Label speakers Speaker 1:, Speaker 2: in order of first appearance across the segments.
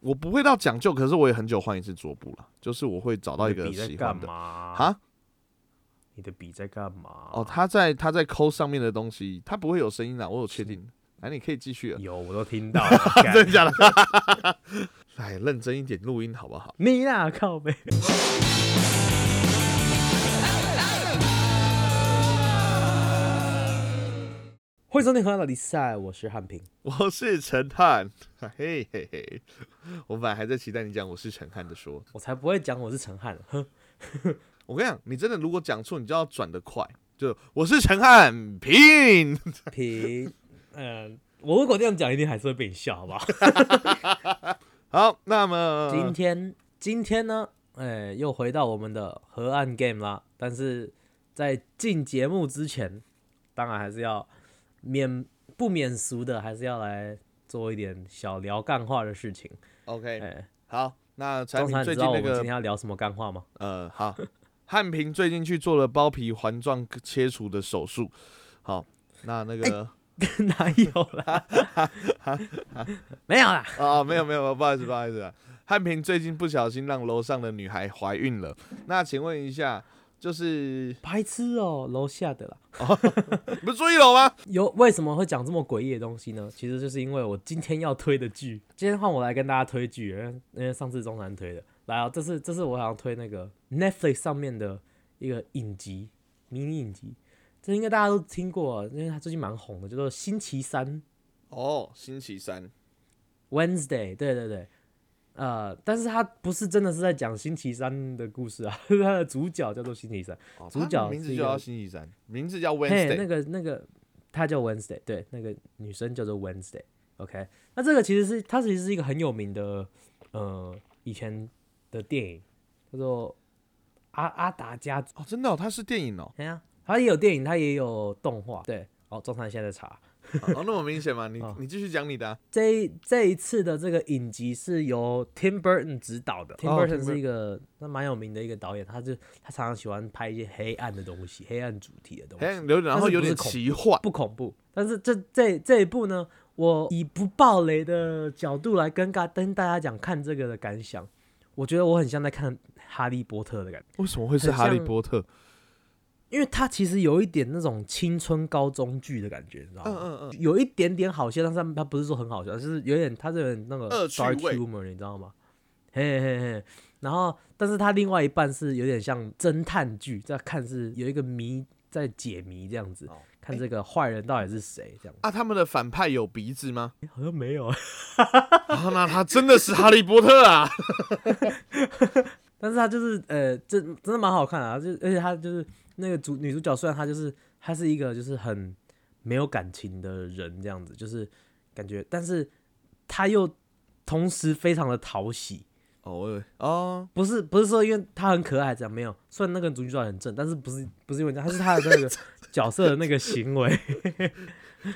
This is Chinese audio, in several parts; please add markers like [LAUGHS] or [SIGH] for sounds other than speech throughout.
Speaker 1: 我不会到讲究，可是我也很久换一次桌布了，就是我会找到一个
Speaker 2: 你的笔在
Speaker 1: 喜
Speaker 2: 干
Speaker 1: 欢的
Speaker 2: 嘛
Speaker 1: 啊。
Speaker 2: 你的笔在干嘛？
Speaker 1: 哦，它在它在抠上面的东西，它不会有声音啊的，我有确定。哎，你可以继续了，
Speaker 2: 有，我都听到
Speaker 1: [LAUGHS]
Speaker 2: 了。干
Speaker 1: 真的假的？ [LAUGHS] 哎，认真一点录音好不好？
Speaker 2: 你啦，靠背。 [LAUGHS] 欢迎收听《河岸老比赛》，我是汉平。
Speaker 1: 我是陈汉，嘿嘿嘿，我本来还在期待你讲我是陈汉的说，
Speaker 2: 我才不会讲我是陈汉，哼，
Speaker 1: 我跟你讲，你真的如果讲错，你就要转得快，就我是陈汉平，
Speaker 2: 平， [LAUGHS] 嗯、我如果这样讲，一定还是会被你笑，好不好？
Speaker 1: 好，那
Speaker 2: 今
Speaker 1: 么
Speaker 2: 天，今天呢，哎、又回到我们的河岸 game 啦。但是在进节目之前，当然还是要免不免俗的，还是要来做一点小聊干话的事情。哎、
Speaker 1: OK，好，那产
Speaker 2: 中
Speaker 1: 品
Speaker 2: 山，你
Speaker 1: 最
Speaker 2: 知
Speaker 1: 近
Speaker 2: 道我
Speaker 1: 那
Speaker 2: 们今
Speaker 1: 个
Speaker 2: 天要聊什么干话吗？ [LAUGHS]
Speaker 1: 呃，好，汉平最近去做了包皮环状切除的手术。好，那那个
Speaker 2: 哪有
Speaker 1: [LAUGHS]
Speaker 2: 啦？没有啦。
Speaker 1: 啊、没有没有，没有不好意思不好意思啊，汉平最近不小心让楼上的女孩怀孕了。那请问一下，就是
Speaker 2: 白痴哦、楼下的啦。
Speaker 1: 你不是住一楼吗？
Speaker 2: 有为什么会讲这么诡异的东西呢？其实就是因为我今天要推的剧， [LAUGHS] 今天换我来跟大家推剧，因为因为上次中南推的，来啊、这是这是我想推那个 Netflix 上面的一个影集，迷你影集，这应该大家都听过，因为它最近蛮红的，叫做《星期三
Speaker 1: 哦，星期三
Speaker 2: Wednesday》，对对对，呃，但是它不是真的是在讲星期三的故事啊， [LAUGHS] 它的主角叫做星期三。
Speaker 1: 哦
Speaker 2: 主
Speaker 1: 它的
Speaker 2: 角
Speaker 1: 名字
Speaker 2: 是一
Speaker 1: 就
Speaker 2: 个
Speaker 1: 叫星期三，名字叫
Speaker 2: 嘿，那
Speaker 1: Wednesday。
Speaker 2: 个那个，她叫 Wednesday，对，那个女生叫做 Wednesday。OK，那这个其实是它其实是一个很有名的，呃，以前的电影叫做《阿阿达家族》。
Speaker 1: 哦，真的、哦，它是电影哦。
Speaker 2: 哎呀，它也有电影，它也有动画。对，哦，中山现在在查
Speaker 1: 哦，那么明显吗？你
Speaker 2: 哦
Speaker 1: 你继续讲你的、啊。
Speaker 2: 这一这一次的这个影集是由 Tim Burton 执导的。Tim
Speaker 1: 哦
Speaker 2: Burton
Speaker 1: ，Tim
Speaker 2: 是一个那蛮有名的一个导演，他就他常常喜欢拍一些黑暗的东西、黑暗主题的东西。
Speaker 1: 哎，有点，然后有点
Speaker 2: 但是不是恐
Speaker 1: 奇幻。
Speaker 2: 不恐怖，但是这这这一部呢，我以不暴雷的角度来跟大跟大家讲看这个的感想。我觉得我很像在看《哈利波特》的感觉，
Speaker 1: 为什么会是
Speaker 2: 很
Speaker 1: 哈利
Speaker 2: 像
Speaker 1: 波特？
Speaker 2: 因为它其实有一点那种青春高中剧的感觉，你知道吗？
Speaker 1: 嗯嗯嗯
Speaker 2: 有一点点好笑，但是它不是说很好笑，就是有点它这点那个
Speaker 1: 恶趣
Speaker 2: dark
Speaker 1: 味
Speaker 2: humor，你知道吗？嘿嘿嘿，然后但是它另外一半是有点像侦探剧，在看是有一个谜在解谜这样子，
Speaker 1: 哦
Speaker 2: 看这个坏人到底是谁这样。
Speaker 1: 啊，他们的反派有鼻子吗？
Speaker 2: 诶好像没有，
Speaker 1: [LAUGHS] 啊，那他真的是哈利波特啊！
Speaker 2: 但是他就是呃，这真的蛮好看的、啊，就而且他就是那个主女主角，虽然她就是她是一个就是很没有感情的人这样子，就是感觉，但是她又同时非常的讨喜，
Speaker 1: [LAUGHS] 哦，我以为哦，
Speaker 2: 不是不是说因为她很可爱这样，没有，虽然那个女主角很正，但是不是不是因为这样，她是她的那个角色的那个行为， [LAUGHS]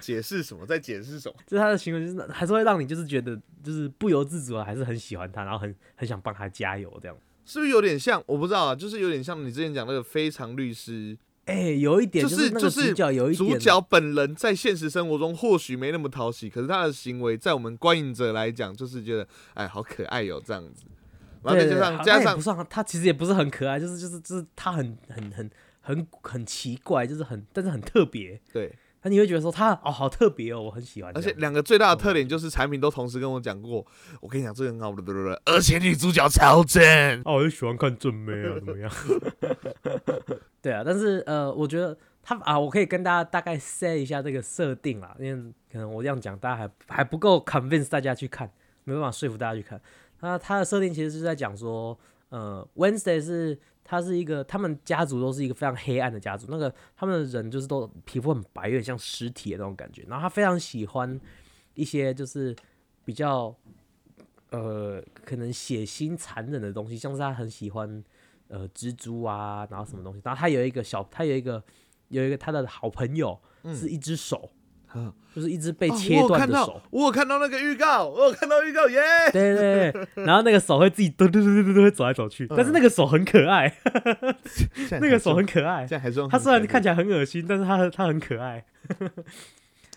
Speaker 1: 解释什么？在解释什么？
Speaker 2: 就是她的行为就是还是会让你就是觉得就是不由自主的还是很喜欢她，然后很很想帮她加油这样。
Speaker 1: 是不是有点像？我不知道啊，就是有点像你之前讲那个《非常律师
Speaker 2: 哎、有一点
Speaker 1: 就是是
Speaker 2: 那个
Speaker 1: 就是
Speaker 2: 主角有》，一点啊
Speaker 1: 主角本人在现实生活中或许没那么讨喜，可是他的行为在我们观影者来讲，就是觉得哎，好可爱哟、这样子。然后再
Speaker 2: 对
Speaker 1: 加
Speaker 2: 对对
Speaker 1: 上
Speaker 2: 他
Speaker 1: 加
Speaker 2: 他也
Speaker 1: 上
Speaker 2: 不算，他其实也不是很可爱，就是就是就是他很很很很很奇怪，就是很但是很特别，
Speaker 1: 对，
Speaker 2: 那你会觉得说他哦好特别哦，我很喜欢这
Speaker 1: 而
Speaker 2: 样。
Speaker 1: 且两个最大的特点就是产品都同时跟我讲过，我跟你讲这个很好，而且女主角超正。
Speaker 2: [LAUGHS] 哦，我就喜欢看正妹啊，怎么样？ [LAUGHS] 对啊，但是呃，我觉得他啊，我可以跟大家大概 say 一下这个设定啦，因为可能我这样讲，大家还还不够 convince 大家去看，没办法说服大家去看。那它的设定其实是在讲说，呃，Wednesday 是他是一个，他们家族都是一个非常黑暗的家族，那个他们的人就是都皮肤很白，有点像尸体的那种感觉。然后他非常喜欢一些就是比较呃，可能血腥残忍的东西，像是他很喜欢呃蜘蛛啊，然后什么东西，然后他有一个小，他有一个有一个他的好朋友、是一只手，
Speaker 1: [LAUGHS] 啊
Speaker 2: 就是一只被
Speaker 1: 嗯哦
Speaker 2: 切
Speaker 1: 我有
Speaker 2: 断
Speaker 1: 看
Speaker 2: 的手。
Speaker 1: 到，我有看到那个预告，我有看到预告，
Speaker 2: [LAUGHS]
Speaker 1: 耶、
Speaker 2: 对对对，然后那个手会自己嘟嘟嘟嘟嘟嘟会走来走去，但是那个手很
Speaker 1: [LAUGHS]
Speaker 2: 可爱，
Speaker 1: 哎
Speaker 2: 那个手很可爱
Speaker 1: 现。在还是用
Speaker 2: 它虽然
Speaker 1: 很可爱
Speaker 2: 看起来很恶心，但是它它很可爱。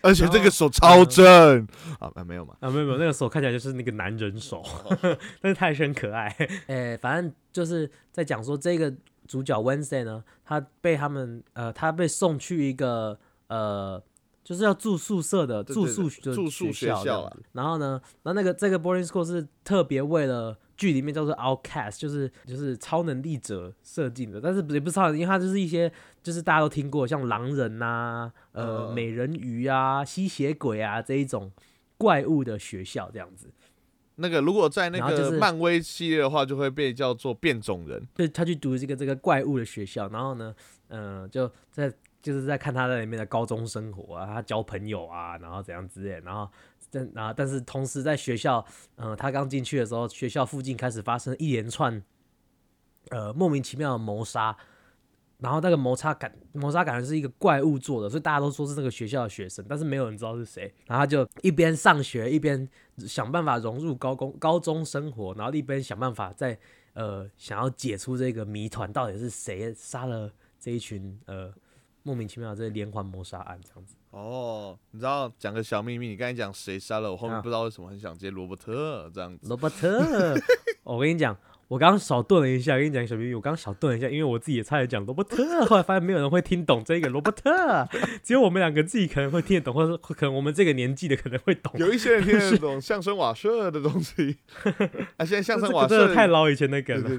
Speaker 1: 而且这个手超正啊、啊，没有嘛？
Speaker 2: 啊，没有没有，那个手看起来就是那个男人手， [LAUGHS] 但是他还是很可 [LAUGHS] 爱。哎、哦反正就是在讲说这个主角 Wednesday 呢，他被他们呃，他被送去一个呃，就是要住宿舍的
Speaker 1: 对
Speaker 2: 住
Speaker 1: 对
Speaker 2: 宿
Speaker 1: 对住宿
Speaker 2: 宿
Speaker 1: 学
Speaker 2: 校这
Speaker 1: 校
Speaker 2: 样
Speaker 1: 啊
Speaker 2: 子。然后呢，那那个这个 boarding school 是特别为了。剧里面叫做 outcast，就是就是超能力者设定的，但是也不是超能力，因为它就是一些就是大家都听过，像狼人呐、呃、
Speaker 1: 嗯
Speaker 2: 美人鱼啊、吸血鬼啊这一种怪物的学校这样子。
Speaker 1: 那个如果在那
Speaker 2: 然后就
Speaker 1: 个
Speaker 2: 是
Speaker 1: 漫威系列的话，就会被叫做变种人。
Speaker 2: 对他去读这个这个怪物的学校，然后呢，嗯、就在就是在看他在里面的高中生活啊，他交朋友啊，然后怎样之类，然后但然后但是同时在学校，嗯、他刚进去的时候，学校附近开始发生一连串呃莫名其妙的谋杀。然后那个谋杀感，谋杀感觉是一个怪物做的，所以大家都说是那个学校的学生，但是没有人知道是谁。然后他就一边上学，一边想办法融入高工高中生活，然后一边想办法在呃想要解出这个谜团，到底是谁杀了这一群呃莫名其妙的这连环谋杀案这样子。
Speaker 1: 哦，你知道讲个小秘密，你刚才讲谁杀了我，后面
Speaker 2: 啊
Speaker 1: 不知道为什么很想接罗伯特这样子。
Speaker 2: 罗伯特，我跟你讲， [LAUGHS] 我刚刚少顿了一下，我跟你讲小秘密，我刚刚少顿了一下，因为我自己也差点讲罗伯特， [LAUGHS] 后来发现没有人会听懂这个罗伯特，只有我们两个自己可能会听得懂，或者可能我们这个年纪的可能会懂。
Speaker 1: [LAUGHS] 有一些人听得懂相声瓦舍的东
Speaker 2: [LAUGHS]
Speaker 1: 西，啊，现在相声瓦
Speaker 2: 这个真
Speaker 1: 舍
Speaker 2: 的太老以前的梗
Speaker 1: 对对。
Speaker 2: 了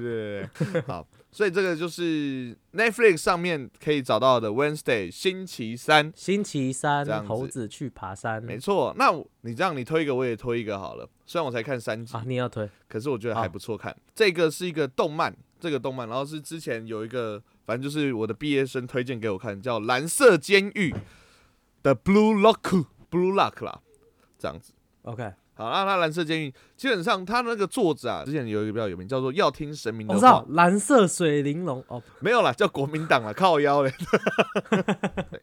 Speaker 1: 对对对，
Speaker 2: [LAUGHS]
Speaker 1: 好，所以这个就是 Netflix 上面可以找到的 Wednesday 星期三，
Speaker 2: 星期
Speaker 1: 这样
Speaker 2: 三，
Speaker 1: 子
Speaker 2: 猴子去爬山。
Speaker 1: 没错。那我你这样你推一个，我也推一个好了。虽然我才看三集，
Speaker 2: 啊，你也要推
Speaker 1: 可是我觉得
Speaker 2: 好
Speaker 1: 还不错看。这个是一个动漫，这个动漫，然后是之前有一个，反正就是我的毕业生推荐给我看，叫《蓝色监狱》的 Blue Lock Blue Lock 啦，这样子。
Speaker 2: ？OK，我
Speaker 1: 好，那他蓝色监狱基本上他那个作者啊，之前有一个比较有名，叫做要听神明的
Speaker 2: 哦知
Speaker 1: 话
Speaker 2: 道，蓝色水玲珑哦，
Speaker 1: 没有啦，叫国民党啦，啊靠腰嘞。 [LAUGHS]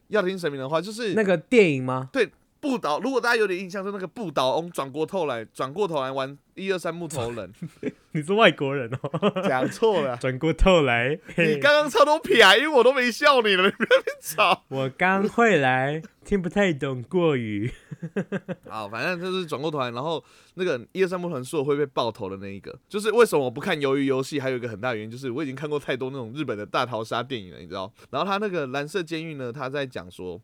Speaker 1: 要听神明的话，就是
Speaker 2: 那个电影吗？
Speaker 1: 不倒。如果大家有点印象，就那个不倒翁转过头来，转过头来玩一二三木头
Speaker 2: [LAUGHS]
Speaker 1: 人，
Speaker 2: 你是外国人哦。
Speaker 1: 讲错了。
Speaker 2: 转过头来，
Speaker 1: 你
Speaker 2: 嘿，
Speaker 1: 刚刚超多撇啊，因为我都没笑你了， [LAUGHS] 你不要在那边吵。
Speaker 2: 我刚会来，听不太懂国语。
Speaker 1: 啊，反正就是转过头来，然后那个一二三木头人说我会被爆头的那一个，就是为什么我不看《鱿鱼游戏》，还有一个很大原因就是我已经看过太多那种日本的大逃杀电影了，你知道？然后他那个蓝色监狱呢，他在讲说，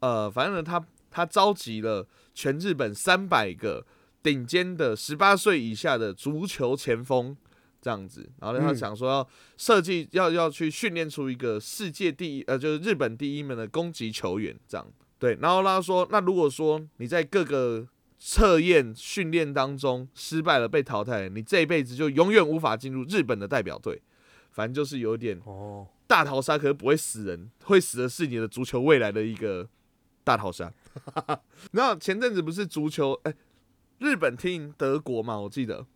Speaker 1: 呃，反正呢，他他召集了全日本三百个顶尖的十八岁以下的足球前锋。这样子，然后呢，他
Speaker 2: 嗯
Speaker 1: 想说要设计，要要去训练出一个世界第一，呃，就是日本第一名的攻击球员这样。对，然后他说，那如果说你在各个测验训练当中失败了，被淘汰了，你这一辈子就永远无法进入日本的代表队。反正就是有点
Speaker 2: 哦，
Speaker 1: 大逃杀，可是不会死人，会死的是你的足球未来的一个大逃杀。 [LAUGHS] 然后前阵子不是足球，哎、日本踢赢德国嘛，我记得，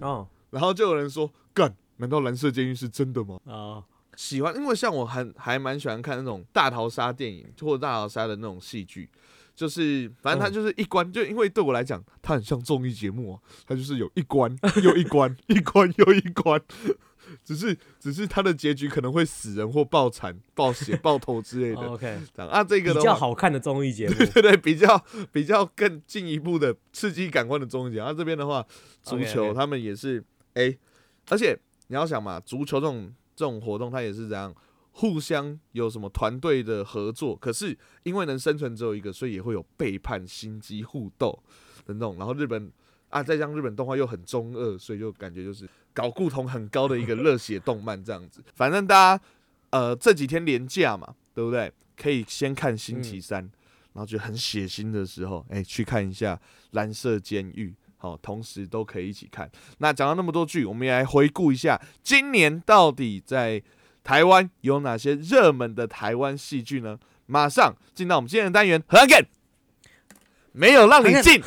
Speaker 2: 哦，
Speaker 1: 然后就有人说，干，难道蓝色监狱是真的吗？
Speaker 2: 哦，
Speaker 1: 喜欢，因为像我很还蛮喜欢看那种大逃杀电影或者大逃杀的那种戏剧，就是反正它
Speaker 2: 嗯
Speaker 1: 就是一关，就因为对我来讲，它很像综艺节目啊，它就是有一关 [LAUGHS] 又一关，一关又一关，只是只是它的结局可能会死人或爆产、爆血、爆头之类的。
Speaker 2: OK，
Speaker 1: 这样啊，这
Speaker 2: 比
Speaker 1: 个的
Speaker 2: 较
Speaker 1: 话，
Speaker 2: 好看的综艺节目。
Speaker 1: 对对，比较比较更进一步的刺激感官的综艺节目。啊，这边的话，足
Speaker 2: OK，OK
Speaker 1: 球他们也是哎、而且你要想嘛，足球这种这种活动，它也是这样互相有什么团队的合作，可是因为能生存只有一个，所以也会有背叛、心机、互斗等等。然后日本啊，再加上日本动画又很中二，所以就感觉就是搞固同很高的一个热血动漫这样子。反正大家呃这几天连假嘛，对不对？可以先看星期三，然后觉得很血腥的时候，哎、去看一下《蓝色监狱》。好，同时都可以一起看。那讲到那么多剧，我们也来回顾一下今年到底在台湾有哪些热门的台湾戏剧呢？马上进到我们今天的单元，何干？没有让你进。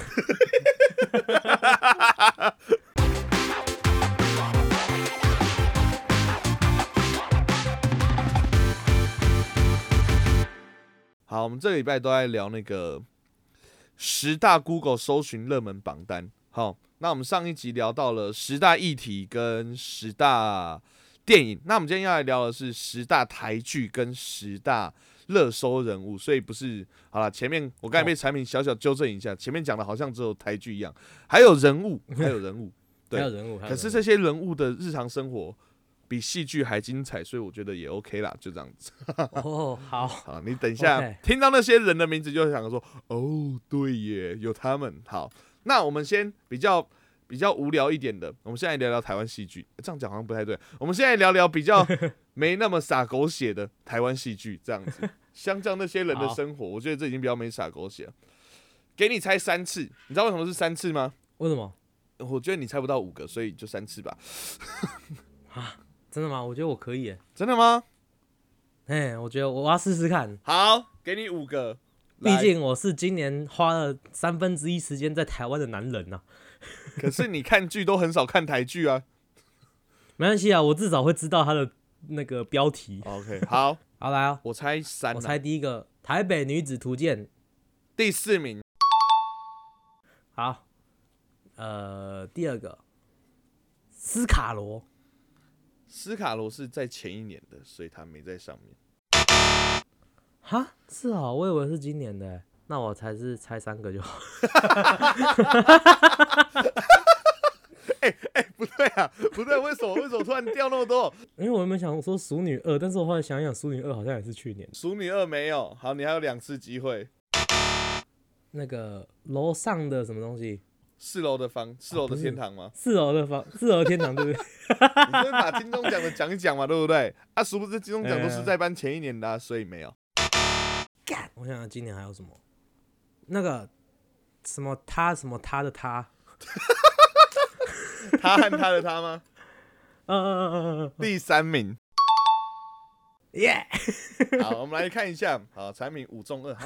Speaker 1: 好，我们这个礼拜都在聊那个十大 Google 搜寻热门榜单。好，那我们上一集聊到了十大议题跟十大电影，那我们今天要来聊的是十大台剧跟十大热搜人物，所以不是好了。前面我刚才被产品小小纠正一下，前面讲的好像只有台剧一
Speaker 2: [LAUGHS]
Speaker 1: 样，还有人物，还有人物。对
Speaker 2: 还有人物， [LAUGHS] 还有
Speaker 1: 可是
Speaker 2: 人
Speaker 1: 这
Speaker 2: 物
Speaker 1: 些人物的日常生活比戏剧还精彩，所以我觉得也 OK 啦，就这样子。
Speaker 2: 哦，好，
Speaker 1: 好，你等一下
Speaker 2: OK
Speaker 1: 听到那些人的名字，就会想说，哦，对耶，有他们。好，那我们先比较比较无聊一点的，我们现在聊聊台湾戏剧。这样讲好像不太对，我们现在聊聊比
Speaker 2: [LAUGHS]
Speaker 1: 较没那么洒狗血的台湾戏剧，这样子。相较那些人的
Speaker 2: 好
Speaker 1: 生活，我觉得这已经比较没洒狗血了。给你猜三次，你知道为什么是三次吗？
Speaker 2: 为什么？
Speaker 1: 我觉得你猜不到五个，所以就三次吧。
Speaker 2: 真的吗？我觉得我可以耶，
Speaker 1: 真的吗？
Speaker 2: 哎，我觉得我要试试看，
Speaker 1: 好，给你五个。
Speaker 2: 毕
Speaker 1: 来，
Speaker 2: 竟我是今年花了三分之一时间在台湾的男人呐、
Speaker 1: 可是你看剧都很少看台剧啊。
Speaker 2: 没关系啊，我至少会知道他的那个标题。
Speaker 1: OK，好，
Speaker 2: 好来啊，
Speaker 1: 我猜三、
Speaker 2: 我
Speaker 1: 啊，
Speaker 2: 猜第一个《台北女子图鉴》。
Speaker 1: 第四名，
Speaker 2: 好，呃，第二个《斯卡罗》。
Speaker 1: 斯卡罗是在前一年的，所以他没在上面。
Speaker 2: 哈，是啊、我以为是今年的欸，那我才是猜三个就好。
Speaker 1: 不对啊， [LAUGHS] 不对，为什么？为 [LAUGHS] 什么突然掉那么 [LAUGHS] 多？
Speaker 2: 因为我原本想说《熟女二》，但是我后来想一想，《熟女二》好像也是去年
Speaker 1: 熟女二没有，好，你还有两次机会。
Speaker 2: 那个楼上的什么东西，
Speaker 1: 四楼的房，四楼的天堂吗？
Speaker 2: 四楼的房，四楼天堂，对不对？
Speaker 1: 你就是把金钟奖的讲一讲嘛，对不 [LAUGHS] 对？啊，殊不知金钟奖都是在颁前一年的、啊，所以没 [LAUGHS] 有。
Speaker 2: [LAUGHS] 干，我想想今年还有什么？那个什么他什么他的他，
Speaker 1: 他和他的他 [LAUGHS] 吗？
Speaker 2: 嗯嗯嗯嗯嗯
Speaker 1: 第三名。
Speaker 2: 嗯，耶！
Speaker 1: 好，我们来看一下，好，产品五中二哈，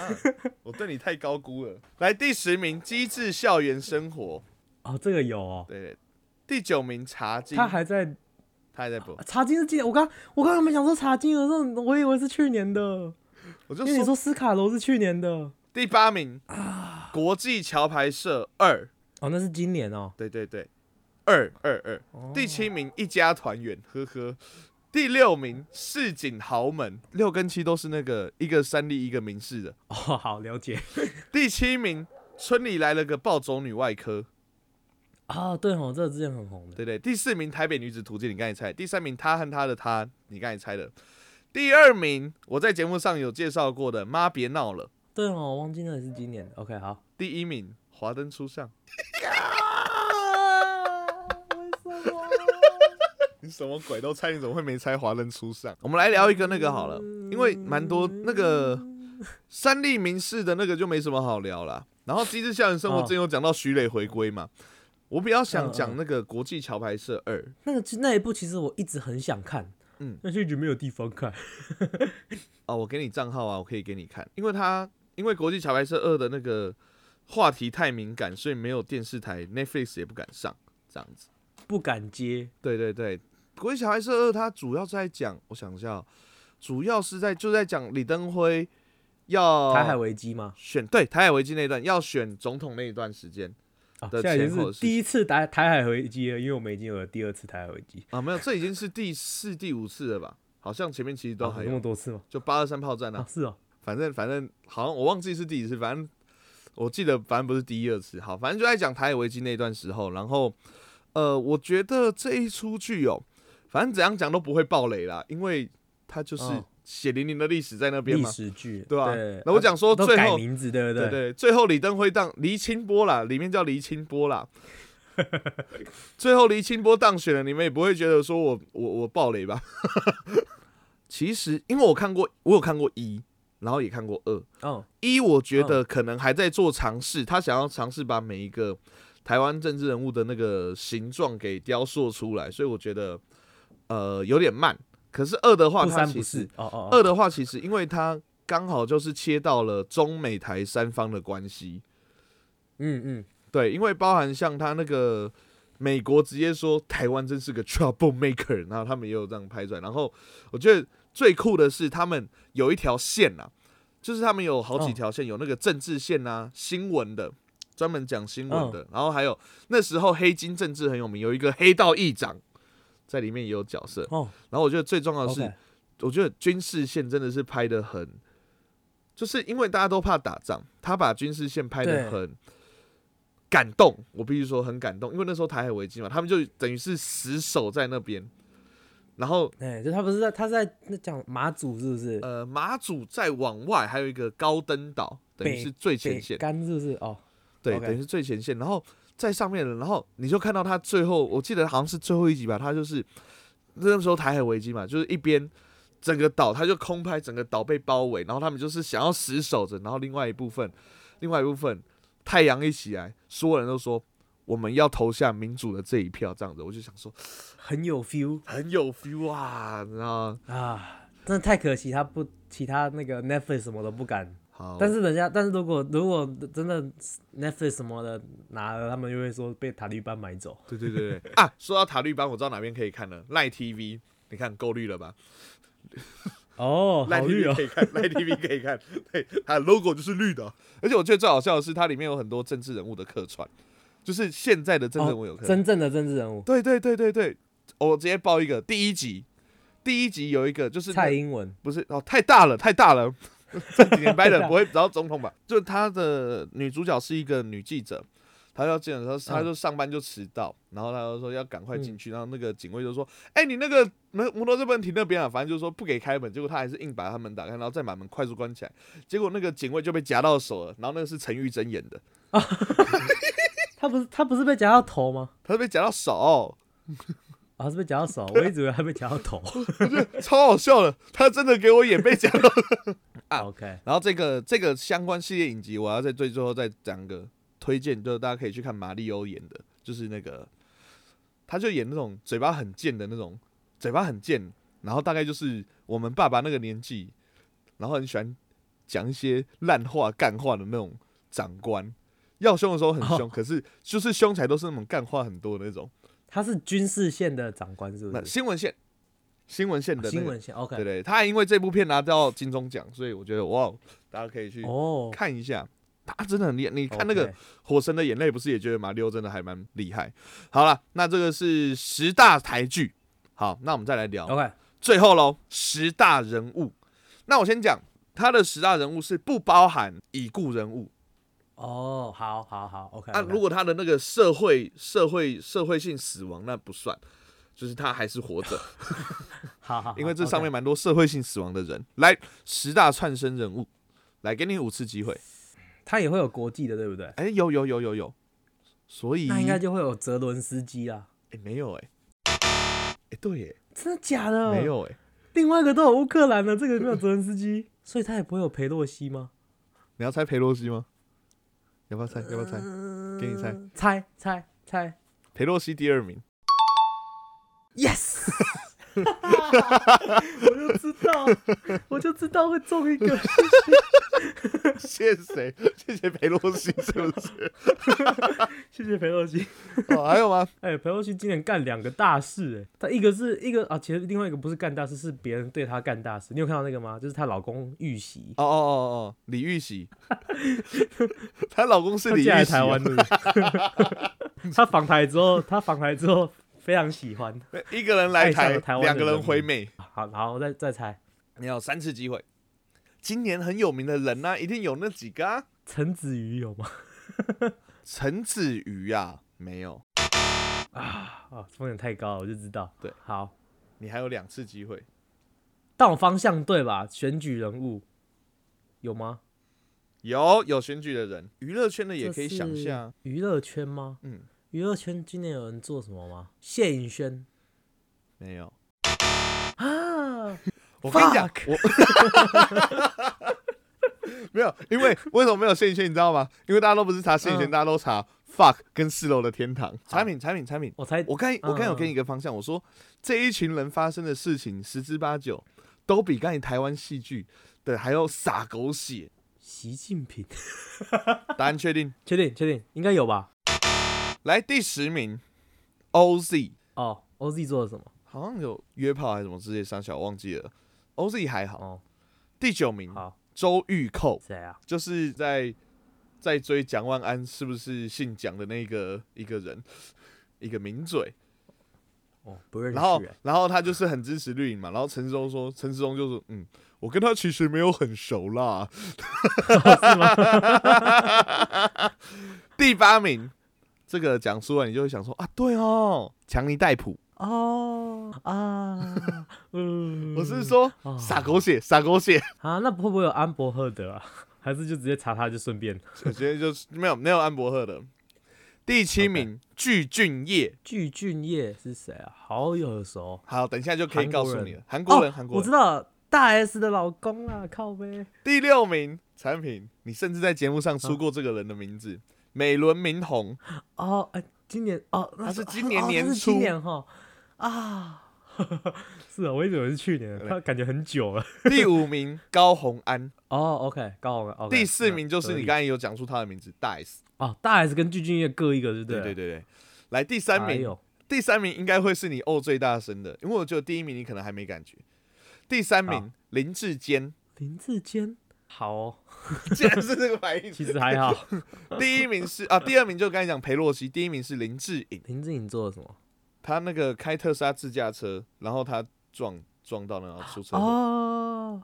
Speaker 1: 我对你太高估了。来第十名，机智校园生活，
Speaker 2: 哦，这个有哦，
Speaker 1: 对对。第九名茶经，
Speaker 2: 他还在
Speaker 1: 他还在播，
Speaker 2: 查金是今年，我刚我刚刚没想说查金的时候，我以为是去年的，
Speaker 1: 我就
Speaker 2: 因为你
Speaker 1: 说
Speaker 2: 说斯卡罗是去年的，
Speaker 1: 第八名，国际桥牌社二，
Speaker 2: 哦，那是今年哦。
Speaker 1: 对对对，二二二。
Speaker 2: 哦
Speaker 1: 第七名，一家团圆，呵呵。第六名，市井豪门，六跟七都是那个一个三立一个明视的。
Speaker 2: 哦，好了解。
Speaker 1: 第七名，村里来了个暴走女外科，
Speaker 2: 啊，对哦，这个之前很红的。
Speaker 1: 对对，第四名《台北女子图鉴》，你刚才猜；第三名《她和她的她》，你刚才猜的；第二名我在节目上有介绍过的《妈别闹了》；
Speaker 2: 对哦，我忘记那也是今年。OK，好。
Speaker 1: 第一名《华灯初上》。
Speaker 2: 为什么？
Speaker 1: 你什么鬼都猜，你怎么会没猜《华灯初上》？我们来聊一个那个好了，因为蛮多那个三立名士的那个就没什么好聊啦。然后《机智校园生活
Speaker 2: 哦》
Speaker 1: 真有讲到徐磊回归嘛，我比较想
Speaker 2: 嗯
Speaker 1: 讲
Speaker 2: 嗯
Speaker 1: 那个《国际桥牌社二》，
Speaker 2: [LAUGHS] 那个其那一部其实我一直很想看，
Speaker 1: 嗯，
Speaker 2: 但是一直没有地方看。
Speaker 1: 哦，我给你账号啊，我可以给你看，因为它因为国际桥牌社二的那个话题太敏感，所以没有电视台 Netflix 也不敢上这样子。
Speaker 2: 不敢接。
Speaker 1: 对对对，国际桥牌社二它主要在讲，我想一下哦，主要是在就在讲李登辉要
Speaker 2: 台海危机吗？
Speaker 1: 选对台海危机那一段要选总统那一段时间
Speaker 2: 啊，
Speaker 1: 的
Speaker 2: 现在已
Speaker 1: 前后的
Speaker 2: 经是
Speaker 1: 事情
Speaker 2: 第一次台台海危机了，因为我们已经有了第二次台海危机，
Speaker 1: 啊，没有，这已经是第四、第五次了吧？好像前面其实都
Speaker 2: 啊
Speaker 1: 还
Speaker 2: 有那么
Speaker 1: 有，
Speaker 2: 多次吗？
Speaker 1: 就八二三炮战啊
Speaker 2: 啊，，是哦，
Speaker 1: 反正反正好像我忘记是第几次，反正我记得反正不是第一二次。好，反正就在讲台海危机那段时候，然后呃，我觉得这一出剧哦，反正怎样讲都不会爆雷啦，因为它就是
Speaker 2: 哦
Speaker 1: 血淋淋的历史在那边
Speaker 2: 历
Speaker 1: 嘛。
Speaker 2: 史剧，
Speaker 1: 对啊
Speaker 2: 对
Speaker 1: 那我讲说
Speaker 2: 都
Speaker 1: 最
Speaker 2: 改
Speaker 1: 后
Speaker 2: 名字，对不
Speaker 1: 对？对，最后李登辉当黎清波啦，里面叫黎清波
Speaker 2: [LAUGHS]
Speaker 1: 啦。最后黎清波当选了，你们也不会觉得说我我我爆雷吧？ [LAUGHS] 其实因为我看过，我有看过一，然后也看过二，
Speaker 2: 哦，
Speaker 1: 一我觉得可能还在做尝试，他想要尝试把每一个台湾政治人物的那个形状给雕塑出来，所以我觉得呃有点慢。可是二的话，
Speaker 2: 不
Speaker 1: 它
Speaker 2: 三
Speaker 1: 其
Speaker 2: 不
Speaker 1: 实
Speaker 2: 四，哦哦
Speaker 1: 二
Speaker 2: 哦，
Speaker 1: 的话，其实因为它刚好就是切到了中美台三方的关系，
Speaker 2: 嗯嗯，
Speaker 1: 对，因为包含像他那个美国直接说台湾真是个 trouble maker，然后他们也有这样拍出来。然后我觉得最酷的是他们有一条线啊，就是他们有好几
Speaker 2: 哦
Speaker 1: 条线，有那个政治线啊、新闻的，专门讲新闻的，然后还有那时候黑金政治很有名，有一个黑道议长在里面也有角色。
Speaker 2: 哦
Speaker 1: 然后我觉得最重要的是
Speaker 2: OK
Speaker 1: 我觉得军事线真的是拍的很就是因为大家都怕打仗，他把军事线拍的很感动，我必须说很感动，因为那时候台海危机嘛，他们就等于是死守在那边，然后
Speaker 2: 哎，就他不是在，他是在那讲马祖是不是？
Speaker 1: 呃马祖再往外还有一个高登岛，等于
Speaker 2: 北
Speaker 1: 是最前
Speaker 2: 北
Speaker 1: 线，
Speaker 2: 干是不是？哦，
Speaker 1: 对，
Speaker 2: OK
Speaker 1: 等于是最前线，然后在上面了，然后你就看到他最后，我记得好像是最后一集吧，他就是那时候台海危机嘛，就是一边整个岛他就空拍，整个岛被包围，然后他们就是想要死守着，然后另外一部分，另外一部分太阳一起来，所有人都说我们要投下民主的这一票，这样子，我就想说
Speaker 2: 很有 feel
Speaker 1: 很有 feel 啊，你知道吗？
Speaker 2: 啊，真的太可惜，他不其他那个 Netflix 什么都不敢。
Speaker 1: 好，
Speaker 2: 但是人家，但是如果如果真的 Netflix 什么的拿了，他们就会说被塔利班买走。
Speaker 1: 对对对对 [LAUGHS] 啊，说到塔利班，我知道哪边可以看了，赖 TV，你看够绿了吧？
Speaker 2: [LAUGHS] 哦，
Speaker 1: 赖
Speaker 2: 好绿
Speaker 1: TV
Speaker 2: 哦
Speaker 1: 可，以看，赖 TV 可以看， [LAUGHS] 对，它的 logo 就是绿的。哦而且我觉得最好笑的是，它里面有很多政治人物的客串，就是现在的政治人物有
Speaker 2: 哦
Speaker 1: 客串。
Speaker 2: 真正的政治人物
Speaker 1: 对对对对对，我直接报一个，第一集，第一集有一个就是那
Speaker 2: 蔡英文
Speaker 1: 不是哦，太大了，太大
Speaker 2: [LAUGHS]
Speaker 1: 了。这几年拜
Speaker 2: 太
Speaker 1: 登
Speaker 2: 大
Speaker 1: 不会找总统吧？就他的女主角是一个女记者，她要进来的时候，
Speaker 2: 嗯
Speaker 1: 她就上班就迟到，然后她就说要赶快进去，然后那个警卫就说：“哎、你那个摩摩托车不能停那边啊！”反正就是说不给开门，结果她还是硬把他门打开，然后再把门快速关起来，结果那个警卫就被夹到手了，然后那个是陈玉珍演的，
Speaker 2: 他不是他不是被夹到头吗？
Speaker 1: 他被夹到手，
Speaker 2: 啊，他是被夹到手，
Speaker 1: [LAUGHS]
Speaker 2: 我一直以为他被夹到头。
Speaker 1: 超好笑的，他真的给我演被夹到 [LAUGHS] 啊
Speaker 2: OK，
Speaker 1: 然后这个这个相关系列影集，我要在最最后再讲一个推荐，就是大家可以去看马里欧演的，就是那个，他就演那种嘴巴很贱的那种，嘴巴很贱，然后大概就是我们爸爸那个年纪，然后很喜欢讲一些烂话、干话的那种长官。要凶的时候很
Speaker 2: 哦
Speaker 1: 凶可是就是凶起来都是那种干话很多的那种。
Speaker 2: 他是军事线的长官是不
Speaker 1: 那
Speaker 2: 是？
Speaker 1: 新闻线，新闻线的、那个
Speaker 2: 哦新闻线
Speaker 1: 对
Speaker 2: OK，
Speaker 1: 对，他还因为这部片拿到金钟奖，所以我觉得哇，大家可以去
Speaker 2: 哦，
Speaker 1: 看一下，他真的很厉害。你看那个《
Speaker 2: OK，
Speaker 1: 火神的眼泪》，不是也觉得马里奥真的还蛮厉害？好了，那这个是十大台剧。好，那我们再来聊
Speaker 2: OK，
Speaker 1: 最后喽，十大人物。那我先讲他的十大人物是不包含已故人物。
Speaker 2: 哦，好好好，OK，
Speaker 1: 那、啊如果他的那个社会、社会、社会性死亡，那不算，就是他还是活着，
Speaker 2: 好 [LAUGHS] 好，好
Speaker 1: 因为这
Speaker 2: OK
Speaker 1: 上面蛮多社会性死亡的人。来，十大串生人物，来给你五次机会。
Speaker 2: 他也会有国际的，对不对？
Speaker 1: 哎、有有有有有，所以
Speaker 2: 那应该就会有泽伦斯基啊啦。
Speaker 1: 哎、没有哎、哎、对耶，
Speaker 2: 真的假的？
Speaker 1: 没，有哎、
Speaker 2: 另外一个都有乌克兰的，这个没有泽伦斯基， [LAUGHS] 所以他也不会有裴洛西吗？
Speaker 1: 你要猜裴洛西吗？要不要猜？要不要猜？给你猜
Speaker 2: 嗯，猜猜猜
Speaker 1: 裴洛西第二名， [LAUGHS]
Speaker 2: ，yes，我就知道，我就知道会中一个。 [LAUGHS]
Speaker 1: 谢谢谁？谢谢裴洛西，是不
Speaker 2: [LAUGHS]
Speaker 1: 是？
Speaker 2: 谢谢裴洛西。
Speaker 1: 哦，还有吗？
Speaker 2: 哎、裴洛西今年干两个大事、哎，他一个是一个啊，其实另外一个不是干大事，是别人对她干大事。你有看到那个吗？就是她老公遇袭，
Speaker 1: 哦哦哦哦，李玉玺， [LAUGHS] 她老公是
Speaker 2: 她
Speaker 1: 李玉玺、
Speaker 2: 嫁
Speaker 1: 哦，
Speaker 2: 来台湾的。
Speaker 1: [LAUGHS]
Speaker 2: 她访台之后，她访台之后非常喜欢。
Speaker 1: 一个人来
Speaker 2: 爱上
Speaker 1: 台
Speaker 2: 了台，湾的
Speaker 1: 两个人
Speaker 2: 人
Speaker 1: 回美，
Speaker 2: 好，好，我再再猜，
Speaker 1: 你有三次机会。今年很有名的人呢、一定有那几个、啊。
Speaker 2: 陈子瑜有吗？
Speaker 1: 陈子瑜啊，没有，
Speaker 2: 啊，风险太高了，我就知道。
Speaker 1: 对，
Speaker 2: 好，
Speaker 1: 你还有两次机会。
Speaker 2: 但我方向对吧？选举人物有吗？
Speaker 1: 有有选举的人，娱乐圈的也可以
Speaker 2: 这
Speaker 1: 想
Speaker 2: 是
Speaker 1: 象。啊
Speaker 2: 娱乐圈吗？
Speaker 1: 嗯，
Speaker 2: 娱乐圈今年有人做什么吗？谢颖轩
Speaker 1: 没有，
Speaker 2: 啊，
Speaker 1: 我跟你讲
Speaker 2: Fuck，
Speaker 1: 我 [LAUGHS] 没有，因为为什么没有谢颖轩，你知道吗？因为大家都不是查谢颖轩，
Speaker 2: 嗯
Speaker 1: 大家都查 fuck 跟四楼的天堂嗯产品，产品，产品。
Speaker 2: 我猜
Speaker 1: 我刚我刚有给你一个方向，我说这一群人发生的事情十之八九都比刚才台湾戏剧的还要撒狗血。
Speaker 2: 习近平，
Speaker 1: 答案确 [LAUGHS] 定，
Speaker 2: 确定确定应该有吧？
Speaker 1: 来第十名，OZ
Speaker 2: 哦，OZ 做了什么？
Speaker 1: 好像有约炮还是什么之类的，三小忘记了，OZ 还好。
Speaker 2: 哦，
Speaker 1: 第九名，
Speaker 2: 好，
Speaker 1: 周玉蔻。
Speaker 2: 谁啊？
Speaker 1: 就是在在追蒋万安是不是姓蒋的那个一个人，一个名嘴。啊
Speaker 2: 哦，不认识、
Speaker 1: 然后
Speaker 2: 欸，
Speaker 1: 然后他就是很支持绿营嘛。然后陈世忠说，陈世忠就说，嗯，我跟他其实没有很熟啦。哦 [LAUGHS] 第八名，这个讲述完你就会想说啊，对哦，强尼戴普，
Speaker 2: 哦啊， [LAUGHS] 嗯，
Speaker 1: 我是说
Speaker 2: 哦
Speaker 1: 撒狗血，撒狗 [LAUGHS] 血。
Speaker 2: 啊，那会不会有安博赫德啊？ [LAUGHS] 还是就直接查他就顺便？
Speaker 1: 我觉得就是没有没有安博赫的。第七名具俊晔，
Speaker 2: 具俊晔是谁啊？好耳熟，
Speaker 1: 好，等一下就可以
Speaker 2: 韩
Speaker 1: 告
Speaker 2: 国
Speaker 1: 诉
Speaker 2: 人
Speaker 1: 你了。韩国人，
Speaker 2: 哦
Speaker 1: 韩国
Speaker 2: 我知
Speaker 1: 人。
Speaker 2: 道大 S 的老公啊，靠呗。
Speaker 1: 第六名产品，你甚至在节目上出过这个人的名字，美轮明宏。
Speaker 2: [LAUGHS] 哦，哎、今年哦，那
Speaker 1: 他是今年
Speaker 2: 哦他
Speaker 1: 年
Speaker 2: 是今
Speaker 1: 初
Speaker 2: 年哈
Speaker 1: [LAUGHS]
Speaker 2: 啊，是啊，我一直以为是去年，他感觉很久了。
Speaker 1: 第五名高洪安，
Speaker 2: 哦，OK，高红，OK，
Speaker 1: 第四名就是
Speaker 2: 合
Speaker 1: 你
Speaker 2: 理
Speaker 1: 刚才有讲出他的名字，大 S。
Speaker 2: 哦，大 S 跟具俊晔各一个，对不
Speaker 1: 对对
Speaker 2: 对
Speaker 1: 对对，来第三
Speaker 2: 哎
Speaker 1: 名，
Speaker 2: 呦
Speaker 1: 第三名应该会是你哦最大声的，因为我觉得第一名你可能还没感觉。第三名林志
Speaker 2: [LAUGHS]
Speaker 1: 坚，
Speaker 2: 林志坚，好、哦，
Speaker 1: 竟然是这个反应。
Speaker 2: 其实啊还好。
Speaker 1: 第一名是啊，第二名就刚才讲裴洛西，第一名是林志颖，
Speaker 2: 林志颖做了什么？
Speaker 1: 他那个开特斯拉自驾车，然后他撞撞到那个出车祸，
Speaker 2: 哦，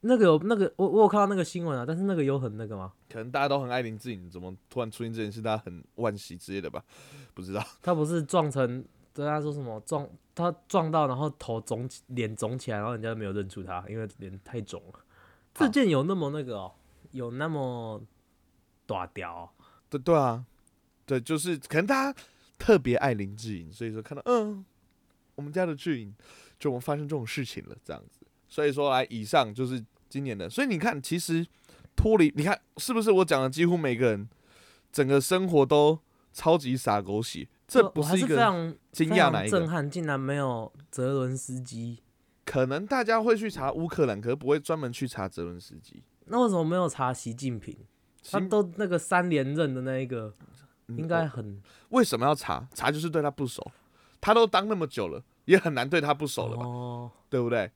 Speaker 2: 那个有那个，我我有看到那个新闻啊，但是那个有很那个吗？
Speaker 1: 可能大家都很爱林志颖，怎么突然出现这件事，大家很惋惜之类的吧？不知道，
Speaker 2: 他不是撞成，对他说什么撞他撞到，然后头肿起，脸肿起来，然后人家没有认出他，因为脸太肿了。这件有那么那个哦，有那么大屌哦、
Speaker 1: [LAUGHS] 对对啊，对，就是可能嗯大家特别爱林志颖，所以说看到嗯，我们家的志颖就我们发生这种事情了，这样子，所以说来以上就是今年的，所以你看，其实脱离，你看是不是我讲的几乎每个人整个生活都超级洒狗血，这
Speaker 2: 我
Speaker 1: 不
Speaker 2: 我还
Speaker 1: 一
Speaker 2: 是非
Speaker 1: 个
Speaker 2: 常
Speaker 1: 惊
Speaker 2: 非
Speaker 1: 讶
Speaker 2: 常
Speaker 1: 哪一个
Speaker 2: 震？撼，竟然没有泽伦斯基。
Speaker 1: 可能大家会去查乌克兰，可是不会专门去查泽伦斯基。
Speaker 2: 那为什么没有查习近平？他
Speaker 1: 新
Speaker 2: 都那个三连任的那一个，
Speaker 1: 嗯
Speaker 2: 应该很
Speaker 1: 为什么要查？查就是对他不熟，他都当那么久了，也很难对他不熟了吧？
Speaker 2: 哦，
Speaker 1: 对不对？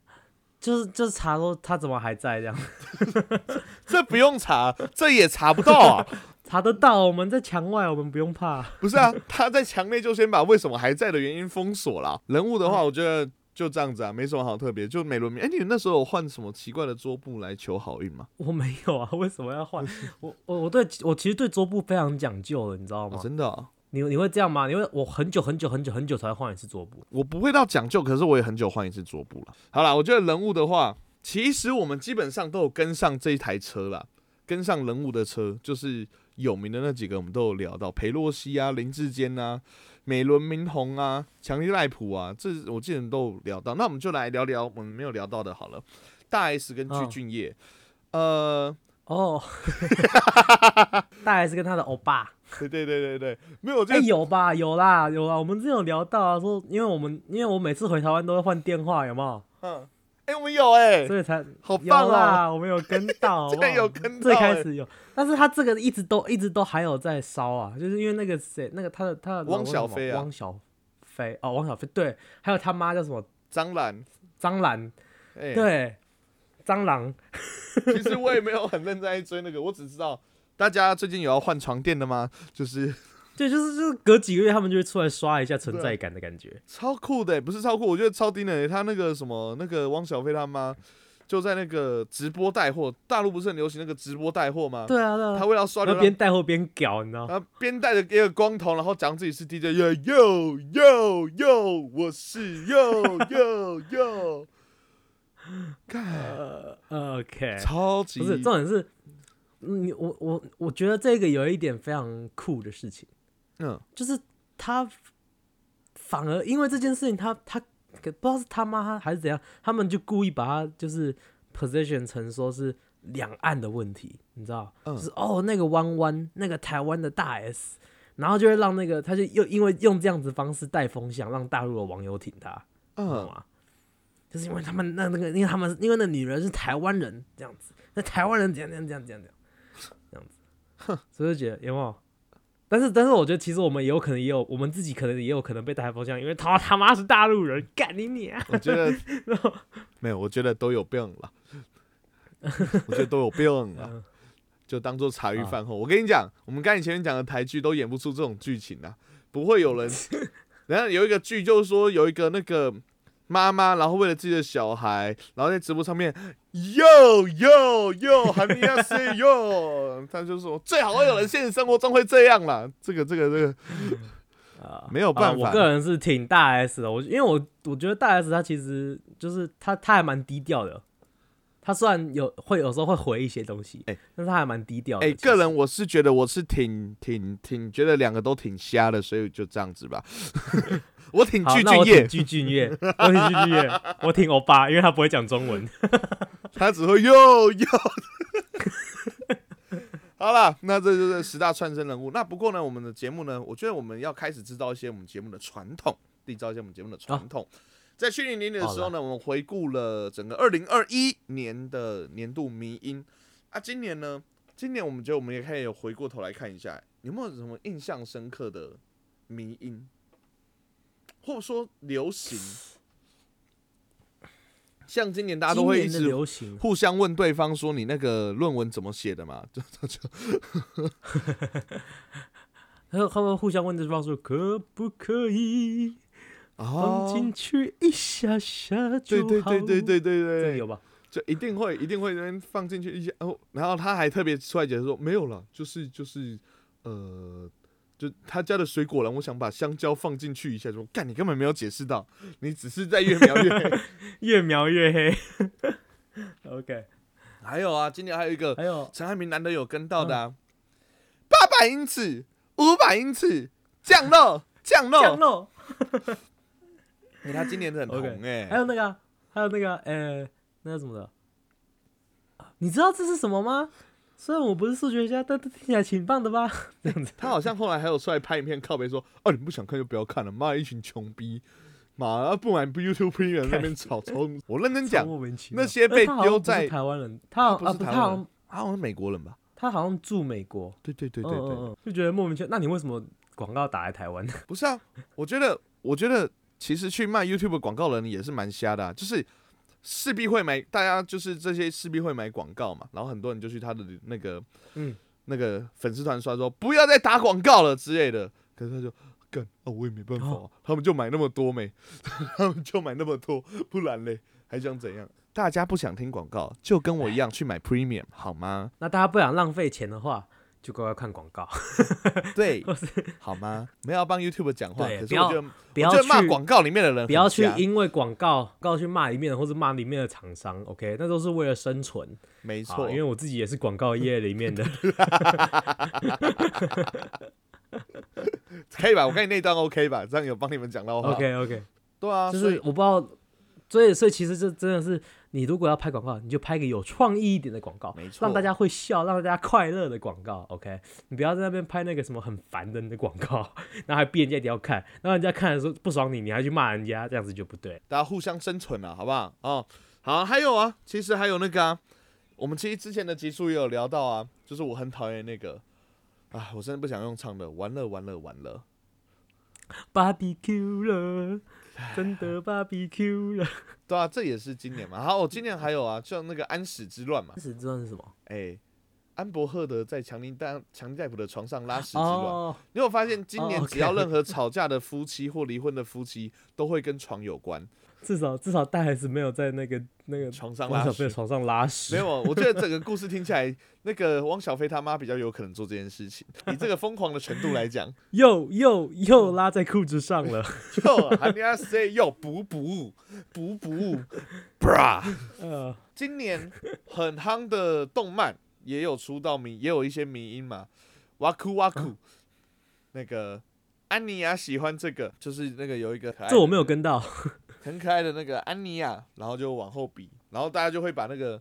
Speaker 2: 就是就是查说他怎么还在这样，
Speaker 1: 这不用查， [LAUGHS] 这也查不到啊！
Speaker 2: 查得到，我们在墙外，我们不用怕。
Speaker 1: 不是啊，他在墙内就先把为什么还在的原因封锁了。人物的话，我觉得就这样子啊，没什么好特别。就美轮明，哎，你那时候有换什么奇怪的桌布来求好运吗？
Speaker 2: 我没有啊，为什么要换？我我我对我其实对桌布非常讲究的，你知道
Speaker 1: 哦
Speaker 2: 吗？
Speaker 1: 真的啊、
Speaker 2: 你你会这样吗？你会我很久很久很久很久才换一次桌布。
Speaker 1: 我不会到讲究，可是我也很久换一次桌布了。好啦，我觉得人物的话，其实我们基本上都有跟上这一台车啦，跟上人物的车，就是有名的那几个我们都有聊到，裴洛西啊、林志坚啊、美轮明宏啊、强力赖普啊，这我记得都有聊到。那我们就来聊聊我们没有聊到的，好了，大 S 跟具
Speaker 2: 嗯
Speaker 1: 俊晔，呃， [LAUGHS]
Speaker 2: 哦，大 S 跟他的欧巴，
Speaker 1: 对对对对对，没有，我觉
Speaker 2: 哎、
Speaker 1: 得
Speaker 2: 有吧，有啦，有啦。我们之前有聊到啊，说因为我们因为我每次回台湾都会换电话，有没有？
Speaker 1: 嗯，哎、我们有哎、
Speaker 2: 所以才
Speaker 1: 好棒
Speaker 2: 有
Speaker 1: 哦、
Speaker 2: 啦，我们有跟
Speaker 1: [LAUGHS]
Speaker 2: 到，好
Speaker 1: 竟
Speaker 2: 不好
Speaker 1: 然有跟到
Speaker 2: [LAUGHS] 最
Speaker 1: 欸
Speaker 2: 开始有，但是他这个一直都一直都还有在烧啊，就是因为那个谁，那个他的他的老
Speaker 1: 汪
Speaker 2: 公
Speaker 1: 小
Speaker 2: 叫什么
Speaker 1: 菲啊
Speaker 2: 汪小菲哦，汪小菲对，还有他妈叫什么
Speaker 1: 张兰，
Speaker 2: 张兰，
Speaker 1: 哎、
Speaker 2: 对，蟑螂
Speaker 1: [LAUGHS] 其实我也没有很认真在追那个，我只知道大家最近有要换床垫的吗？就是
Speaker 2: 对，就是就是隔几个月他们就会出来刷一下存在感的感觉，
Speaker 1: 超酷的、欸不是超酷，我觉得超低能、欸。他那个什么，那个汪小菲他妈就在那个直播带货，大陆不是很流行那个直播带货吗？
Speaker 2: 对啊，对
Speaker 1: 他
Speaker 2: 啊，
Speaker 1: 为了要刷流
Speaker 2: 然
Speaker 1: 量
Speaker 2: 后边，带货边搞，你知道。
Speaker 1: 然后边带着一个光头，然后讲自己是 DJ，哟哟哟哟，我是哟哟
Speaker 2: [LAUGHS]
Speaker 1: 哟，看
Speaker 2: 呃，OK，
Speaker 1: 超级
Speaker 2: 不是重点是，嗯你我我我觉得这个有一点非常酷的事情。
Speaker 1: 嗯，
Speaker 2: 就是他反而因为这件事情他，他可不知道是他妈还是怎样，他们就故意把他就是 position 成说是两岸的问题，你知道？
Speaker 1: 嗯
Speaker 2: 就是哦，那个弯弯，那个台湾的大 S，然后就会让那个他就又因为用这样子方式带风向，让大陆的网友挺他，你懂
Speaker 1: 嗯，
Speaker 2: 吗？就是因为他们那那个，因为他们因为那女人是台湾人这样子，那台湾人怎样怎样怎样怎样怎样这样子，所以就觉得有没有？但是但是我觉得其实我们也有可能也有我们自己可能也有可能被带风向，因为他他妈是大陆人，干你你啊！
Speaker 1: 我觉
Speaker 2: [LAUGHS]
Speaker 1: 得没有，我觉得都有病了，我觉得都有病了，
Speaker 2: 嗯
Speaker 1: 就当做茶余
Speaker 2: 啊 [LAUGHS]
Speaker 1: 饭后。我跟你讲，我们刚才前面讲的台剧都演不出这种剧情啊，不会有人然后有一个剧就是说有一个那个妈妈，然后为了自己的小孩，然后在直播上面哟哟哟，还没要 say [LAUGHS] 哟，他就说最好会有人现实生活中会这样啦。这个这个这个
Speaker 2: 啊、
Speaker 1: 没有办
Speaker 2: 啊
Speaker 1: 法
Speaker 2: 我个人是挺大 S 的，我因为我我觉得大 S 她其实就是她她还蛮低调的，她虽然有会有时候会回一些东西，
Speaker 1: 哎
Speaker 2: 但是她还蛮低调的。
Speaker 1: 哎、
Speaker 2: 其实
Speaker 1: 个人我是觉得我是挺挺挺觉得两个都挺瞎的，所以就这样子吧。 [LAUGHS] 我 [LAUGHS] 挺
Speaker 2: 好，
Speaker 1: 具
Speaker 2: 那
Speaker 1: 俊
Speaker 2: 我挺
Speaker 1: 业，
Speaker 2: 具俊晔，我挺具俊晔，我挺欧巴，因为他不会讲中文。
Speaker 1: 他只会哟 [LAUGHS] 哟。好了，那这就是十大串生人物。那不过呢，我们的节目呢，我觉得我们要开始制造一些我们节目的传统，缔造一些我们节目的传统。在去年年底的时候呢，我们回顾了整个二零二一年的年度迷音啊。今年呢，今年我们觉得我们也可以有回过头来看一下，有没有什么印象深刻的迷音，或者说流行？像今年大家都会一
Speaker 2: 今年
Speaker 1: 直
Speaker 2: 的流行，啊
Speaker 1: 互相问对方说你那个论文怎么写的嘛？就就就
Speaker 2: 他他们互相问对方说可不可以放进
Speaker 1: 哦，
Speaker 2: 去一下下
Speaker 1: 对
Speaker 2: 就
Speaker 1: 对
Speaker 2: 好。
Speaker 1: 对对对对
Speaker 2: 这个
Speaker 1: 对
Speaker 2: 有
Speaker 1: 对，
Speaker 2: 吧？
Speaker 1: 就一定会一定会那边放进去一些哦，然后他还特别出来解释说没有了，就是就是呃。就他家的水果篮，我想把香蕉放进去一下，说干你根本没有解释到，你只是在越描越黑。
Speaker 2: 越描越黑。OK，
Speaker 1: 还有啊，今年还有一 [LAUGHS] 个
Speaker 2: 还有
Speaker 1: 陈汉明难得有跟到的、啊，八百英尺、五百英尺降落降落，
Speaker 2: 酱肉，
Speaker 1: 欸他今年很
Speaker 2: OK，
Speaker 1: 红哎、
Speaker 2: 还有那个啊，还有那个，呃，那个什么的，啊你知道这是什么吗？虽然我不是数学家，但这听起来挺棒的吧？这样子，
Speaker 1: 他好像后来还有出来拍影片靠背说：“哦，你不想看就不要看了，妈一群穷逼，妈然后不买 YouTube
Speaker 2: [LAUGHS]
Speaker 1: Premium 在那边吵冲。”我认真
Speaker 2: 超
Speaker 1: 讲，
Speaker 2: 莫名其妙
Speaker 1: 那些被
Speaker 2: 哎他好像
Speaker 1: 丢
Speaker 2: 不是
Speaker 1: 在
Speaker 2: 台湾人，他
Speaker 1: 他
Speaker 2: 好
Speaker 1: 不
Speaker 2: 啊
Speaker 1: 是
Speaker 2: 不，他
Speaker 1: 台湾
Speaker 2: 好
Speaker 1: 人
Speaker 2: 像
Speaker 1: 他好像美国人吧？
Speaker 2: 他好像住美国，
Speaker 1: 对对对对
Speaker 2: 嗯
Speaker 1: 对，
Speaker 2: 嗯嗯，就觉得莫名其妙。那你为什么广告打来台湾？ [LAUGHS]
Speaker 1: 不是啊，我觉得我觉得其实去卖 YouTube 广告的人也是蛮瞎的、啊，就是势必会买，大家就是这些势必会买广告嘛，然后很多人就去他的那个
Speaker 2: 嗯
Speaker 1: 那个粉丝团刷说不要再打广告了之类的，可是他就。干啊！我也没办法啊、
Speaker 2: 哦
Speaker 1: 他们就买那么多没， [LAUGHS] 他们就买那么多，不然嘞还想怎样？大家不想听广告，就跟我一样去买 Premium 好
Speaker 2: [LAUGHS]
Speaker 1: 吗？
Speaker 2: 那大家不想浪费钱的话，就乖乖看
Speaker 1: [LAUGHS]
Speaker 2: 广告，
Speaker 1: 对
Speaker 2: 或，是
Speaker 1: 好吗？没有要帮 YouTube 讲话，
Speaker 2: 对
Speaker 1: 可
Speaker 2: 不
Speaker 1: 是
Speaker 2: 要
Speaker 1: 我觉得
Speaker 2: 不要
Speaker 1: 我觉得骂
Speaker 2: 去
Speaker 1: 广告里面的人
Speaker 2: 不要
Speaker 1: 很
Speaker 2: 去
Speaker 1: 瞎
Speaker 2: 因为广告广告去骂里面的，或是骂里面的厂商。OK，那都是为了生存。
Speaker 1: 没
Speaker 2: 啊
Speaker 1: 错，
Speaker 2: 因为我自己也是广告业
Speaker 1: [LAUGHS]
Speaker 2: 里面的。
Speaker 1: 可以吧？我看你那段 OK 吧？这样有帮你们讲到话。
Speaker 2: OK OK，
Speaker 1: 对哦啊，
Speaker 2: 就
Speaker 1: 所
Speaker 2: 是
Speaker 1: 以
Speaker 2: 我不知道，所以所以其实这真的是，你如果要拍广告，你就拍一个有创意一点的广告，
Speaker 1: 没错
Speaker 2: 哦让大家会笑，让大家快乐的广告。OK，你不要在那边拍那个什么很烦人的广告， [LAUGHS] 然后还逼人家一定要看，然后人家看的时候不爽你，你还去骂人家，这样子就不对。
Speaker 1: 大家互相生存了、好不好？哦，好，还有啊，其实还有那个啊，我们其实之前的集数也有聊到啊，就是我很讨厌那个，啊，我真的不想用唱的，完了完了完了，
Speaker 2: Barbecue 了，真的 Barbecue 了。
Speaker 1: 对啊，这也是今年嘛。好，我、今年还有啊，像那个安史之乱嘛，
Speaker 2: 当时知道是什么？
Speaker 1: 哎、安伯赫德在强尼戴强尼戴普的床上拉屎之乱，
Speaker 2: 哦，
Speaker 1: 你有发现今年
Speaker 2: 哦
Speaker 1: 只要
Speaker 2: ，OK
Speaker 1: 任何吵架的夫妻或离婚的夫妻都会跟床有关，
Speaker 2: 至少至少大 S 没有在那个那个
Speaker 1: 床上
Speaker 2: 王
Speaker 1: 拉
Speaker 2: 小
Speaker 1: 屎
Speaker 2: 飞的。床上拉屎。
Speaker 1: 没有，我觉得整个故事听起来，那个汪小菲他妈比较有可能做这件事情。以这个疯狂的程度来讲，
Speaker 2: 又又又拉在裤子上
Speaker 1: [LAUGHS]
Speaker 2: 了。
Speaker 1: 哟，还你要啊 say 哟，补补补补，bra。
Speaker 2: 呃，
Speaker 1: 今年很夯的动漫也有出到迷，也有一些迷音嘛。哇酷哇酷，
Speaker 2: 嗯
Speaker 1: 那个安妮亚喜欢这个，就是那个有一个可爱的，
Speaker 2: 这我没有跟到。
Speaker 1: 很可爱的那个安妮亚，然后就往后比，然后大家就会把那个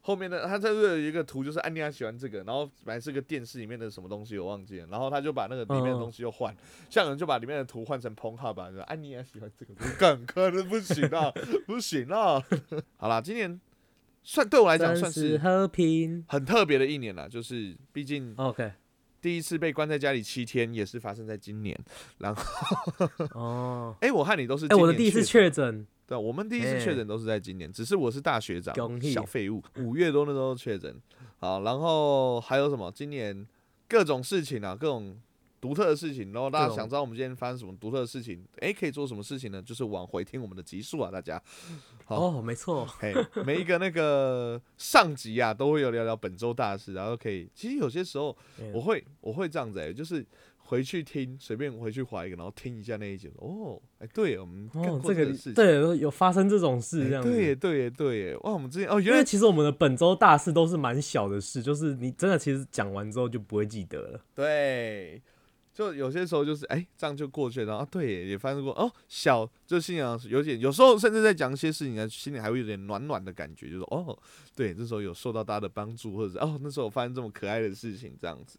Speaker 1: 后面的他这个有一个图，就是安妮亚啊喜欢这个，然后本来是个电视里面的什么东西我忘记了，然后他就把那个里面的东西又换，像有人就把里面的图换成 p o n h u b 吧，就安妮亚啊喜欢这个，我敢看的不行啊，不行啊！好啦，今年算对我来讲算是
Speaker 2: 和平。
Speaker 1: 很特别的一年啦，就是毕竟
Speaker 2: OK，
Speaker 1: 第一次被关在家里七天也是发生在今年，
Speaker 2: 哦，
Speaker 1: 哎、我和你都是
Speaker 2: 哎、
Speaker 1: 今
Speaker 2: 我的
Speaker 1: 年
Speaker 2: 第一次
Speaker 1: 确
Speaker 2: 确诊，
Speaker 1: 对，啊我们第一次
Speaker 2: 哎
Speaker 1: 确诊都是在今年，只是我是大学长
Speaker 2: 恭，喜
Speaker 1: 小废物，五月多那时候确诊。好，然后还有什么？今年各种事情啊，各种独特的事情，然后大家想知道我们今天发生什么独特的事情，诶，可以做什么事情呢？就是往回听我们的集数啊，大
Speaker 2: [LAUGHS]
Speaker 1: 家。好，
Speaker 2: 哦，没错，
Speaker 1: 嘿，每一个那个上集啊，都会有聊聊本周大事，然后可以，其实有些时候
Speaker 2: 嗯
Speaker 1: 我会我会这样子、欸，就是回去听，随便回去划一个，然后听一下那一集，哦，哎、对我们干
Speaker 2: 哦，
Speaker 1: 过
Speaker 2: 这个
Speaker 1: 个事情，
Speaker 2: 对有发生这种事
Speaker 1: 哎
Speaker 2: 这样子。
Speaker 1: 对耶对耶对耶，哇，我们之前哦，
Speaker 2: 因
Speaker 1: 原
Speaker 2: 为
Speaker 1: 来
Speaker 2: 其实我们的本周大事都是蛮小的事，就是你真的其实讲完之后就不会记得了。
Speaker 1: 对，就有些时候就是哎、这样就过去了，然后啊对耶，也发生过哦，小就信仰有点，有时候甚至在讲一些事情呢，啊心里还会有点暖暖的感觉，就是哦，对，这时候有受到大家的帮助，或者是哦，那时候我发生这么可爱的事情，这样子，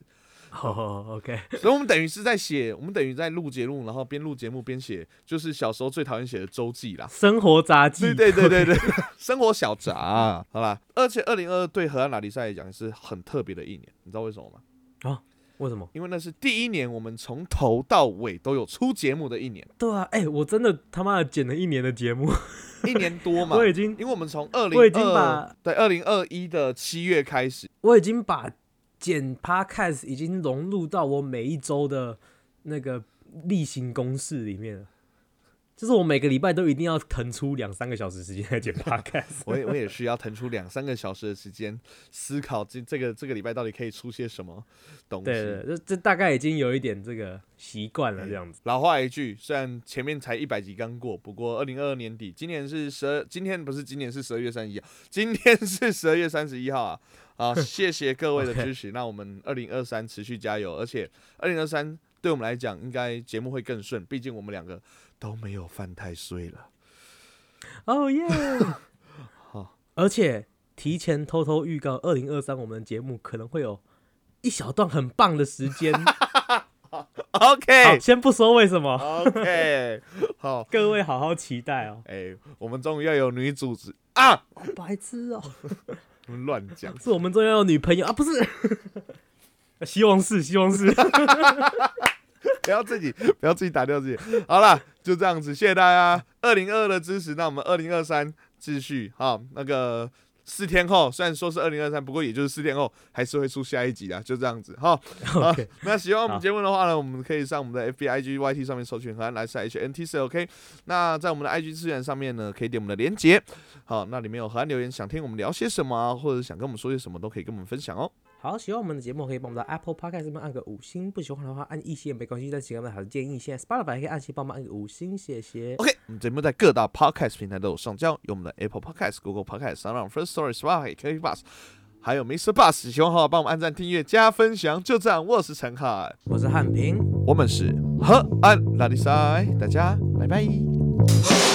Speaker 2: 哦，OK，
Speaker 1: 所以我们等于是在写，我们等于在录节目，然后边录节目边写，就是小时候最讨厌写的周记啦。
Speaker 2: [LAUGHS] 生活杂技，
Speaker 1: 对对对对对， [LAUGHS] 生活小杂、啊好啦。而且二零二二对荷兰拉力赛来讲是很特别的一年，你知道为什么吗？
Speaker 2: [LAUGHS] 为什么？
Speaker 1: 因为那是第一年我们从头到尾都有出节目的一
Speaker 2: [LAUGHS]
Speaker 1: 年，
Speaker 2: 对啊，哎、我真的他妈的剪了一年的节目，
Speaker 1: 一年多嘛
Speaker 2: [LAUGHS] 我。已经
Speaker 1: 因为我们从二零
Speaker 2: 我已经把
Speaker 1: 二对二零二一的七月开始， [LAUGHS]
Speaker 2: 我已经把剪 podcast 已经融入到我每一周的那个例行公事里面了。就是我每个礼拜都一定要腾出两三个小时时间来剪 [LAUGHS] podcast。
Speaker 1: 我也我也是要腾出两三个小时的时间思考这这个这个礼拜到底可以出些什么东西。
Speaker 2: 对对，对这这大概已经有一点这个习惯了，这样子。
Speaker 1: 老话一句，虽然前面才一百集刚过，不过二零二二年底，今年是十二，今天不是今年是十二月三十一号，今天是十二月三十一号啊！啊，谢谢各位的
Speaker 2: OK
Speaker 1: 支持，那我们二零二三持续加油，而且二零二三对我们来讲，应该节目会更顺，毕竟我们两个都没有犯太岁了。
Speaker 2: [LAUGHS]
Speaker 1: [LAUGHS]
Speaker 2: 哦 [LAUGHS] 耶！
Speaker 1: 好，
Speaker 2: 而且提前偷偷预告，二零二三我们的节目可能会有一小段很棒的时 [LAUGHS] 间。好，
Speaker 1: OK
Speaker 2: 先不说为什么，
Speaker 1: OK，好，
Speaker 2: 各位好好期待哦。
Speaker 1: 哎、我们终于要有女主持啊！
Speaker 2: 好白痴哦。
Speaker 1: 乱讲，
Speaker 2: [LAUGHS] 是我们终于要有女朋友啊，不 [LAUGHS] 是？希望是，希望 [LAUGHS] 是。
Speaker 1: [LAUGHS] 不要自己不要自己打掉自己。好啦，就这样子，谢谢大家二零二的支持。那我们二零二三继续好，那个四天后，虽然说是二零二三，不过也就是四天后还是会出下一集的，就这样子哈。好
Speaker 2: [LAUGHS] OK，
Speaker 1: 那喜欢我们
Speaker 2: 好
Speaker 1: 节目的话呢，我们可以上我们的 FB、IG、YT 上面搜寻荷兰来赛 HNTC OK。那在我们的 IG 资源上面呢，可以点我们的连接。好，那里面有荷兰留言，想听我们聊些什么啊，或者想跟我们说些什么，都可以跟我们分享哦。
Speaker 2: 好，喜欢我们的节目，可以帮我们在 Apple Podcast 上面按个五星，不喜欢的话按一星也没关系，但请我们好的建议，现在 Spotify 也可以按星帮忙按个五星，谢谢。
Speaker 1: OK，我们节目在各大 Podcast 平台都有上架，哦有我们的 Apple Podcast、Google Podcast、Sound On、First Story、Spotify、KK Bus，还有 Mr. Bus。喜欢的话，帮我们按赞、订阅、加分享，就这样。我是陈凯，
Speaker 2: 我是汉平。
Speaker 1: 我们是河岸拉力赛，大家拜拜。